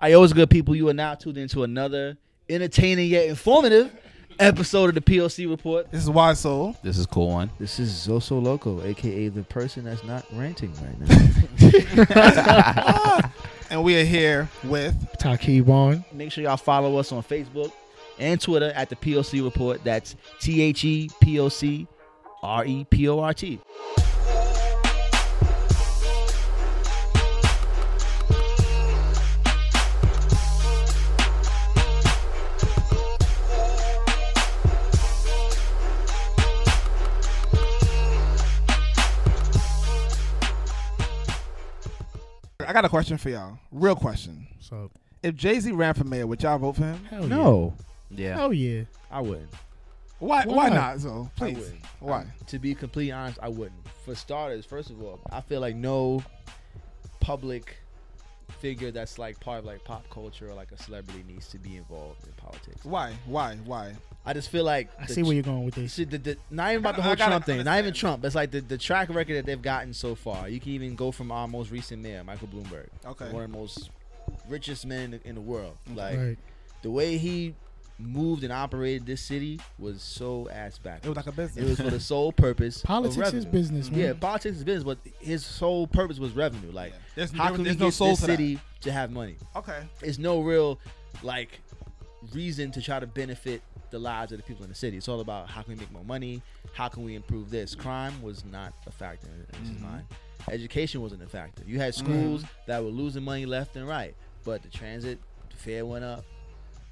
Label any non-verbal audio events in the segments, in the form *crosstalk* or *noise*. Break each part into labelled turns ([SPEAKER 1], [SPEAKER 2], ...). [SPEAKER 1] I always good people. You are now tuned into another entertaining yet informative episode of the POC Report.
[SPEAKER 2] This is why so.
[SPEAKER 3] This is cool one.
[SPEAKER 1] This is Zoso Loco, aka the person that's not ranting right now.
[SPEAKER 2] And we are here with
[SPEAKER 4] Taki Wan.
[SPEAKER 1] *laughs* Make sure y'all follow us on Facebook and Twitter at the POC Report. That's T H E P O C R E P O R T.
[SPEAKER 2] I got a question for y'all. Real question.
[SPEAKER 4] So
[SPEAKER 2] If Jay Z ran for mayor, would y'all vote for him?
[SPEAKER 4] hell yeah.
[SPEAKER 3] Yeah.
[SPEAKER 4] Hell yeah.
[SPEAKER 1] I wouldn't.
[SPEAKER 2] Why why,
[SPEAKER 4] Why not?
[SPEAKER 2] not, so?
[SPEAKER 1] I
[SPEAKER 2] Please.
[SPEAKER 1] wouldn't.
[SPEAKER 2] Why?
[SPEAKER 1] To be completely honest, I wouldn't. For starters, first of all, I feel like no public figure that's like part of like pop culture or like a celebrity needs to be involved in politics.
[SPEAKER 2] Why? Why? Why?
[SPEAKER 1] I just feel like
[SPEAKER 4] I
[SPEAKER 1] the
[SPEAKER 4] see where you're going with
[SPEAKER 1] *laughs*
[SPEAKER 4] this.
[SPEAKER 1] See, the, the, not even about the
[SPEAKER 2] I
[SPEAKER 1] whole
[SPEAKER 2] gotta
[SPEAKER 1] Trump thing. Not even
[SPEAKER 2] understand.
[SPEAKER 1] Trump. It's like the, the track record that they've gotten so far. You can even go from our most recent mayor, Michael Bloomberg,
[SPEAKER 2] Okay.
[SPEAKER 1] one of the most richest men in the, in the world. Like
[SPEAKER 4] Right.
[SPEAKER 1] the way he moved and operated this city was so ass back.
[SPEAKER 2] It was like a
[SPEAKER 1] It
[SPEAKER 2] business.
[SPEAKER 1] was for the sole purpose. of
[SPEAKER 4] Politics is
[SPEAKER 1] revenue.
[SPEAKER 4] business, man.
[SPEAKER 1] Yeah, politics is business, but his sole purpose was revenue. Like,
[SPEAKER 2] Mm-hmm. Yeah. There's-
[SPEAKER 1] how
[SPEAKER 2] there-
[SPEAKER 1] can we
[SPEAKER 2] there's
[SPEAKER 1] get
[SPEAKER 2] no soul
[SPEAKER 1] this
[SPEAKER 2] to that.
[SPEAKER 1] city to have money?
[SPEAKER 2] *laughs* Okay.
[SPEAKER 1] It's no real like reason to try to benefit the lives of the people in the city. It's all about how can we make more money, how can we improve this. Crime was not a factor in his
[SPEAKER 2] Mhm.
[SPEAKER 1] mind. Education wasn't a factor. You had
[SPEAKER 2] Mm-hmm.
[SPEAKER 1] schools that were losing money left and right, but the transit fare went up,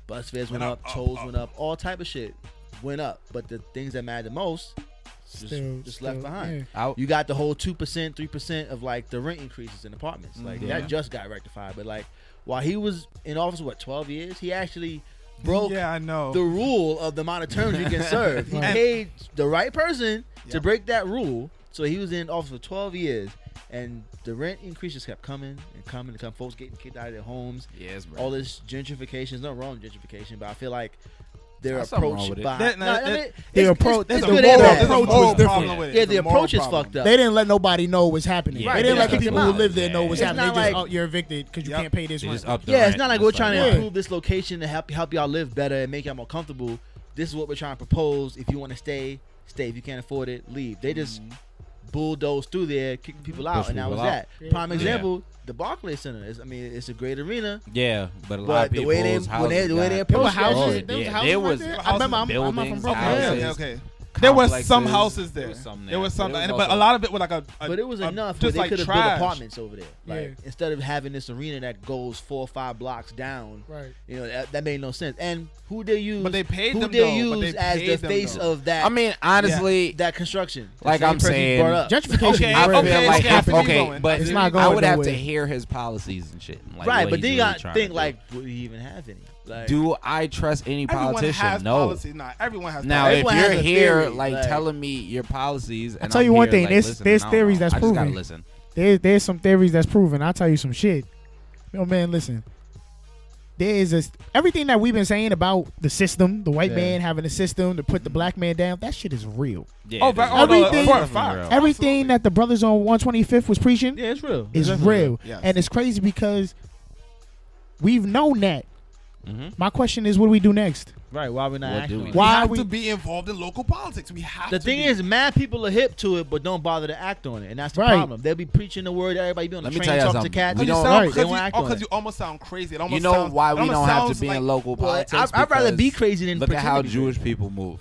[SPEAKER 1] bus fares went,
[SPEAKER 2] Went
[SPEAKER 1] up,
[SPEAKER 2] up, up,
[SPEAKER 1] tolls
[SPEAKER 2] up.
[SPEAKER 1] went up, all type of shit went up. But the things that mattered the most just,
[SPEAKER 4] Still-
[SPEAKER 1] just
[SPEAKER 4] still-
[SPEAKER 1] left behind.
[SPEAKER 4] yeah.
[SPEAKER 3] I,
[SPEAKER 1] You got the whole two percent, three percent of like the rent increases in apartments. Like
[SPEAKER 3] Mm-hmm.
[SPEAKER 2] Mhm.
[SPEAKER 1] that just got rectified. But like while he was in office, what twelve years, he actually broke
[SPEAKER 2] Yeah, I know.
[SPEAKER 1] the rule of the amount of terms you can
[SPEAKER 3] *laughs*
[SPEAKER 1] serve. He
[SPEAKER 4] Right.
[SPEAKER 1] paid the right person to
[SPEAKER 2] Yep.
[SPEAKER 1] break that rule. So he was in office for twelve years, and the rent increases kept coming and coming and coming. Folks getting kicked out of their homes.
[SPEAKER 3] yes, bro.
[SPEAKER 1] All this gentrification. There's nothing wrong with gentrification, but I feel like their
[SPEAKER 3] There's something wrong
[SPEAKER 1] approach
[SPEAKER 3] with it.
[SPEAKER 1] by
[SPEAKER 2] That-
[SPEAKER 1] no, I
[SPEAKER 2] that-
[SPEAKER 1] mean,
[SPEAKER 4] Their
[SPEAKER 1] it's-
[SPEAKER 4] approach-
[SPEAKER 1] it's,
[SPEAKER 2] There's
[SPEAKER 1] it's
[SPEAKER 2] a
[SPEAKER 4] the
[SPEAKER 1] good
[SPEAKER 2] moral-
[SPEAKER 1] and bad.
[SPEAKER 2] there's
[SPEAKER 4] moral
[SPEAKER 2] a
[SPEAKER 4] approach was
[SPEAKER 2] moral
[SPEAKER 4] different.
[SPEAKER 2] problem with it.
[SPEAKER 1] Yeah,
[SPEAKER 2] It's
[SPEAKER 1] the
[SPEAKER 2] a moral
[SPEAKER 1] approach is
[SPEAKER 2] problem.
[SPEAKER 1] fucked up.
[SPEAKER 4] They didn't let nobody know what was happening.
[SPEAKER 3] Yeah,
[SPEAKER 4] they didn't
[SPEAKER 1] yeah,
[SPEAKER 4] let the
[SPEAKER 1] that's
[SPEAKER 4] people
[SPEAKER 1] what
[SPEAKER 4] who
[SPEAKER 1] it
[SPEAKER 4] live there
[SPEAKER 3] is.
[SPEAKER 4] know what's
[SPEAKER 1] It's
[SPEAKER 4] happening.
[SPEAKER 1] not
[SPEAKER 4] They just,
[SPEAKER 1] like-
[SPEAKER 4] oh, you're evicted because you
[SPEAKER 2] Yep.
[SPEAKER 4] can't pay this
[SPEAKER 3] They
[SPEAKER 4] rent.
[SPEAKER 3] just up the
[SPEAKER 1] Yeah, it's
[SPEAKER 3] rent.
[SPEAKER 1] not like we're trying to
[SPEAKER 4] like-
[SPEAKER 1] improve this location to help help y'all live better and make y'all more comfortable. This is what we're trying to propose. If you want to stay, stay. If you can't afford it, leave. They just bulldoze through there, kick people out,
[SPEAKER 3] Push
[SPEAKER 1] and that
[SPEAKER 3] people
[SPEAKER 1] was
[SPEAKER 3] out.
[SPEAKER 1] that. Prime
[SPEAKER 3] Yeah.
[SPEAKER 1] example, the Barclays Center. Is, I mean, it's a great arena.
[SPEAKER 3] Yeah, but a lot
[SPEAKER 1] But
[SPEAKER 3] of
[SPEAKER 1] the
[SPEAKER 3] people's
[SPEAKER 1] way they-
[SPEAKER 3] houses
[SPEAKER 1] when they- the way
[SPEAKER 3] got
[SPEAKER 1] they
[SPEAKER 3] destroyed.
[SPEAKER 1] approach that
[SPEAKER 4] houses-
[SPEAKER 1] shit,
[SPEAKER 4] there was
[SPEAKER 3] yeah,
[SPEAKER 4] houses
[SPEAKER 3] there
[SPEAKER 4] right
[SPEAKER 3] was
[SPEAKER 4] there? I
[SPEAKER 3] houses,
[SPEAKER 4] remember I'm- I'm
[SPEAKER 3] buildings,
[SPEAKER 4] from Brooklyn.
[SPEAKER 3] houses,
[SPEAKER 2] Okay, okay. There
[SPEAKER 3] complexes.
[SPEAKER 2] was some houses there.
[SPEAKER 3] There was some there.
[SPEAKER 2] There was some,
[SPEAKER 3] But it
[SPEAKER 2] and-
[SPEAKER 3] was
[SPEAKER 2] but a
[SPEAKER 3] also-
[SPEAKER 2] lot of it was like a. a-
[SPEAKER 1] But it was
[SPEAKER 2] a-
[SPEAKER 1] enough. where
[SPEAKER 2] Just
[SPEAKER 1] they
[SPEAKER 2] like
[SPEAKER 1] could have built
[SPEAKER 2] trash.
[SPEAKER 1] apartments over there. Like
[SPEAKER 4] Yeah.
[SPEAKER 1] instead of having this arena that goes four or five blocks down,
[SPEAKER 4] Right.
[SPEAKER 1] you know that, that made no sense. And who they use?
[SPEAKER 2] But they paid
[SPEAKER 1] who
[SPEAKER 2] them
[SPEAKER 1] they
[SPEAKER 2] though. But
[SPEAKER 1] use
[SPEAKER 2] they
[SPEAKER 1] as
[SPEAKER 2] paid
[SPEAKER 1] the
[SPEAKER 2] them,
[SPEAKER 1] face
[SPEAKER 2] though.
[SPEAKER 1] of that?
[SPEAKER 3] I mean, honestly,
[SPEAKER 1] that construction. The
[SPEAKER 3] Like
[SPEAKER 1] same
[SPEAKER 3] I'm
[SPEAKER 1] person you
[SPEAKER 3] saying,
[SPEAKER 1] brought up.
[SPEAKER 4] Gentrification.
[SPEAKER 2] Okay,
[SPEAKER 4] is
[SPEAKER 3] I
[SPEAKER 4] real.
[SPEAKER 3] feel
[SPEAKER 2] okay,
[SPEAKER 3] like
[SPEAKER 2] it's
[SPEAKER 3] if,
[SPEAKER 2] gonna be
[SPEAKER 3] okay,
[SPEAKER 2] going.
[SPEAKER 3] but
[SPEAKER 4] It's not
[SPEAKER 3] I
[SPEAKER 4] going
[SPEAKER 3] would have to
[SPEAKER 4] nowhere.
[SPEAKER 3] hear his policies and shit. Like,
[SPEAKER 1] right,
[SPEAKER 3] what
[SPEAKER 1] but
[SPEAKER 3] he's
[SPEAKER 1] then you
[SPEAKER 3] really
[SPEAKER 1] got to
[SPEAKER 3] trying
[SPEAKER 1] think
[SPEAKER 3] do.
[SPEAKER 1] like, would he even have any? Like,
[SPEAKER 3] do I trust any
[SPEAKER 2] Everyone has
[SPEAKER 3] politician? No.
[SPEAKER 2] policies. Nah, everyone has
[SPEAKER 3] Now,
[SPEAKER 2] policies.
[SPEAKER 3] if
[SPEAKER 1] Everyone
[SPEAKER 3] you're
[SPEAKER 1] has a
[SPEAKER 3] here,
[SPEAKER 1] theory,
[SPEAKER 3] like,
[SPEAKER 1] like-
[SPEAKER 3] telling me your policies, and
[SPEAKER 4] tell
[SPEAKER 3] I'm
[SPEAKER 4] you one
[SPEAKER 3] here,
[SPEAKER 4] thing,
[SPEAKER 3] like,
[SPEAKER 4] there's-
[SPEAKER 3] listen,
[SPEAKER 4] there's
[SPEAKER 3] I don't know.
[SPEAKER 4] theories that's
[SPEAKER 3] I just gotta
[SPEAKER 4] proven.
[SPEAKER 3] listen.
[SPEAKER 4] There, there's some theories that's proven. I'll tell you some shit. Yo, man, listen. There is a, everything that we've been saying about the system, the white
[SPEAKER 1] Yeah.
[SPEAKER 4] man having a system to put the black man down. That shit is real.
[SPEAKER 3] Yeah,
[SPEAKER 2] Oh,
[SPEAKER 3] it
[SPEAKER 2] but-
[SPEAKER 3] is
[SPEAKER 2] oh, no,
[SPEAKER 3] definitely
[SPEAKER 4] Everything-
[SPEAKER 3] real.
[SPEAKER 2] for a fact. Oh,
[SPEAKER 4] Everything
[SPEAKER 2] absolutely.
[SPEAKER 4] that the brothers on 125th was preaching
[SPEAKER 1] yeah, it's real. It's
[SPEAKER 4] is
[SPEAKER 1] definitely
[SPEAKER 4] real,
[SPEAKER 2] Yes.
[SPEAKER 4] and it's crazy because we've known that.
[SPEAKER 3] Mhm.
[SPEAKER 4] My question is, what do we do next?
[SPEAKER 1] Right? Why we not?
[SPEAKER 3] What
[SPEAKER 1] acting
[SPEAKER 3] do
[SPEAKER 1] on
[SPEAKER 3] we
[SPEAKER 1] it?
[SPEAKER 2] we
[SPEAKER 4] Why
[SPEAKER 2] have
[SPEAKER 4] we-
[SPEAKER 2] to be involved in local politics. We have.
[SPEAKER 1] The
[SPEAKER 2] to
[SPEAKER 1] thing
[SPEAKER 2] be.
[SPEAKER 1] is, mad people are hip to it, but don't bother to act on it, and that's the
[SPEAKER 4] Right.
[SPEAKER 1] problem. They'll be preaching the word. Everybody be on the
[SPEAKER 3] Let me tell
[SPEAKER 1] train talking
[SPEAKER 3] y'all
[SPEAKER 1] to
[SPEAKER 3] something.
[SPEAKER 1] cats.
[SPEAKER 3] We
[SPEAKER 2] you
[SPEAKER 3] don't-
[SPEAKER 2] sound-
[SPEAKER 4] Right.
[SPEAKER 2] cause
[SPEAKER 3] They
[SPEAKER 2] you,
[SPEAKER 1] won't act
[SPEAKER 2] oh,
[SPEAKER 1] on
[SPEAKER 2] 'cause
[SPEAKER 1] it.
[SPEAKER 2] you almost sound crazy. It almost
[SPEAKER 3] You know
[SPEAKER 2] sounds,
[SPEAKER 3] why
[SPEAKER 2] it
[SPEAKER 3] we
[SPEAKER 2] almost
[SPEAKER 3] don't have
[SPEAKER 2] sounds
[SPEAKER 3] to be
[SPEAKER 2] like,
[SPEAKER 3] in local
[SPEAKER 1] Well,
[SPEAKER 3] politics?
[SPEAKER 1] I, I'd rather be
[SPEAKER 3] because
[SPEAKER 1] crazy than
[SPEAKER 3] Look at
[SPEAKER 1] pretend
[SPEAKER 3] how
[SPEAKER 1] to be crazy.
[SPEAKER 3] Jewish people move,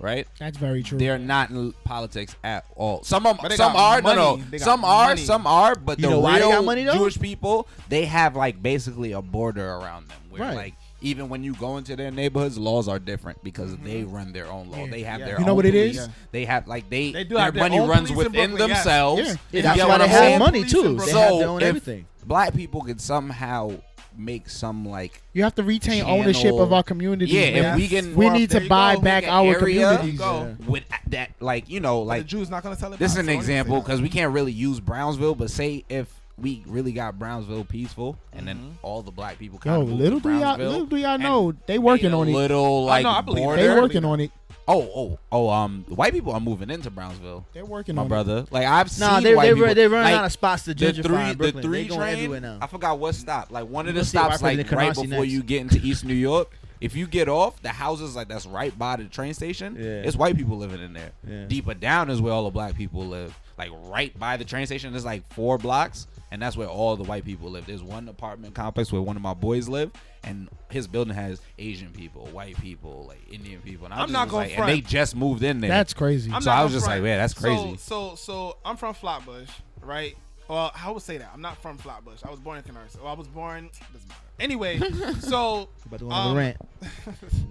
[SPEAKER 3] right?
[SPEAKER 4] That's very true.
[SPEAKER 3] They're not in politics at all. Some of
[SPEAKER 2] But
[SPEAKER 3] 'em-
[SPEAKER 2] they
[SPEAKER 3] some
[SPEAKER 2] got
[SPEAKER 3] are no
[SPEAKER 2] money. They
[SPEAKER 3] no.
[SPEAKER 2] got
[SPEAKER 3] Some are
[SPEAKER 2] money.
[SPEAKER 3] some are, but
[SPEAKER 1] You
[SPEAKER 3] the
[SPEAKER 1] know why they
[SPEAKER 3] real
[SPEAKER 1] got money, though?
[SPEAKER 3] Jewish people they have like basically a border around them where
[SPEAKER 1] Right.
[SPEAKER 3] like even when you go into their neighborhoods, laws are different because they run their own law.
[SPEAKER 4] Yeah.
[SPEAKER 3] They have
[SPEAKER 2] Yeah.
[SPEAKER 3] their
[SPEAKER 4] You know
[SPEAKER 3] own
[SPEAKER 4] what it
[SPEAKER 3] police.
[SPEAKER 4] is?
[SPEAKER 3] They have like they,
[SPEAKER 2] They do
[SPEAKER 3] their
[SPEAKER 2] have their
[SPEAKER 3] money
[SPEAKER 2] own
[SPEAKER 3] runs
[SPEAKER 2] police in
[SPEAKER 3] within
[SPEAKER 2] Brooklyn, yes.
[SPEAKER 3] themselves.
[SPEAKER 4] Yeah.
[SPEAKER 1] Yeah,
[SPEAKER 3] You
[SPEAKER 1] that's
[SPEAKER 3] get
[SPEAKER 1] why
[SPEAKER 3] what
[SPEAKER 1] they
[SPEAKER 3] I'm
[SPEAKER 1] have
[SPEAKER 3] saying?
[SPEAKER 1] money too.
[SPEAKER 2] So
[SPEAKER 1] They have their own
[SPEAKER 3] if
[SPEAKER 1] everything.
[SPEAKER 3] Black people could somehow make some like
[SPEAKER 4] you have to retain
[SPEAKER 3] Channel-
[SPEAKER 4] ownership of our community.
[SPEAKER 3] Yeah,
[SPEAKER 4] man.
[SPEAKER 3] if we can
[SPEAKER 4] we
[SPEAKER 2] Well,
[SPEAKER 4] need
[SPEAKER 2] there
[SPEAKER 4] to
[SPEAKER 2] you
[SPEAKER 4] buy
[SPEAKER 2] go.
[SPEAKER 4] back
[SPEAKER 3] Make an
[SPEAKER 4] our
[SPEAKER 3] area.
[SPEAKER 4] communities.
[SPEAKER 2] Go.
[SPEAKER 3] with that like you know
[SPEAKER 2] Like,
[SPEAKER 3] like
[SPEAKER 2] the Jews not going to tell it.
[SPEAKER 3] This is
[SPEAKER 2] back,
[SPEAKER 3] an
[SPEAKER 2] so I ain't saying
[SPEAKER 3] example
[SPEAKER 2] that.
[SPEAKER 3] because we can't really use Brownsville, but say if we really got Brownsville peaceful, and then
[SPEAKER 2] Mm-hmm.
[SPEAKER 3] all the black people kind
[SPEAKER 4] Yo,
[SPEAKER 3] of
[SPEAKER 4] little do y'all, little do y'all know, they working on it.
[SPEAKER 3] Little like
[SPEAKER 2] no, I believe it.
[SPEAKER 3] border.
[SPEAKER 4] They working on it.
[SPEAKER 3] Oh, oh, oh. Um, the white people are moving into Brownsville.
[SPEAKER 4] They're working
[SPEAKER 3] My
[SPEAKER 4] on it.
[SPEAKER 3] brother, like I've seen
[SPEAKER 1] Nah, they
[SPEAKER 3] white
[SPEAKER 1] they
[SPEAKER 3] people.
[SPEAKER 1] run, they running
[SPEAKER 3] Like,
[SPEAKER 1] out of spots to
[SPEAKER 3] the
[SPEAKER 1] gentrify
[SPEAKER 3] three,
[SPEAKER 1] Brooklyn.
[SPEAKER 3] the three
[SPEAKER 1] they going everywhere
[SPEAKER 3] train.
[SPEAKER 1] now.
[SPEAKER 3] I forgot what stop. Like one of the
[SPEAKER 1] We'll see why
[SPEAKER 3] stops, like
[SPEAKER 1] President
[SPEAKER 3] right
[SPEAKER 1] Canarsie
[SPEAKER 3] before
[SPEAKER 1] next.
[SPEAKER 3] you get into East New York. If you get off, the houses like that's right by the train station.
[SPEAKER 1] Yeah.
[SPEAKER 3] It's white people living in there.
[SPEAKER 1] Yeah.
[SPEAKER 3] Deeper down is where all the black people live. Like right by the train station, there's like four blocks, and that's where all the white people live. There's one apartment complex where one of my boys live, and his building has Asian people, white people, like Indian people. And I
[SPEAKER 2] I'm
[SPEAKER 3] just
[SPEAKER 2] not
[SPEAKER 3] was
[SPEAKER 2] gonna
[SPEAKER 3] like,
[SPEAKER 2] front.
[SPEAKER 3] and they just moved in there.
[SPEAKER 4] That's crazy.
[SPEAKER 2] I'm
[SPEAKER 3] So
[SPEAKER 2] not
[SPEAKER 3] I was
[SPEAKER 2] from
[SPEAKER 3] just like,
[SPEAKER 2] Flat-
[SPEAKER 3] yeah, that's
[SPEAKER 2] so-
[SPEAKER 3] crazy.
[SPEAKER 2] So, so, I'm from Flatbush, right? Well, I would say that I'm not from Flatbush. I was born in Canarsie. Well, I was born. Doesn't matter.
[SPEAKER 3] *laughs*
[SPEAKER 2] Anyway, so
[SPEAKER 1] About to go on another
[SPEAKER 2] um,
[SPEAKER 1] rant.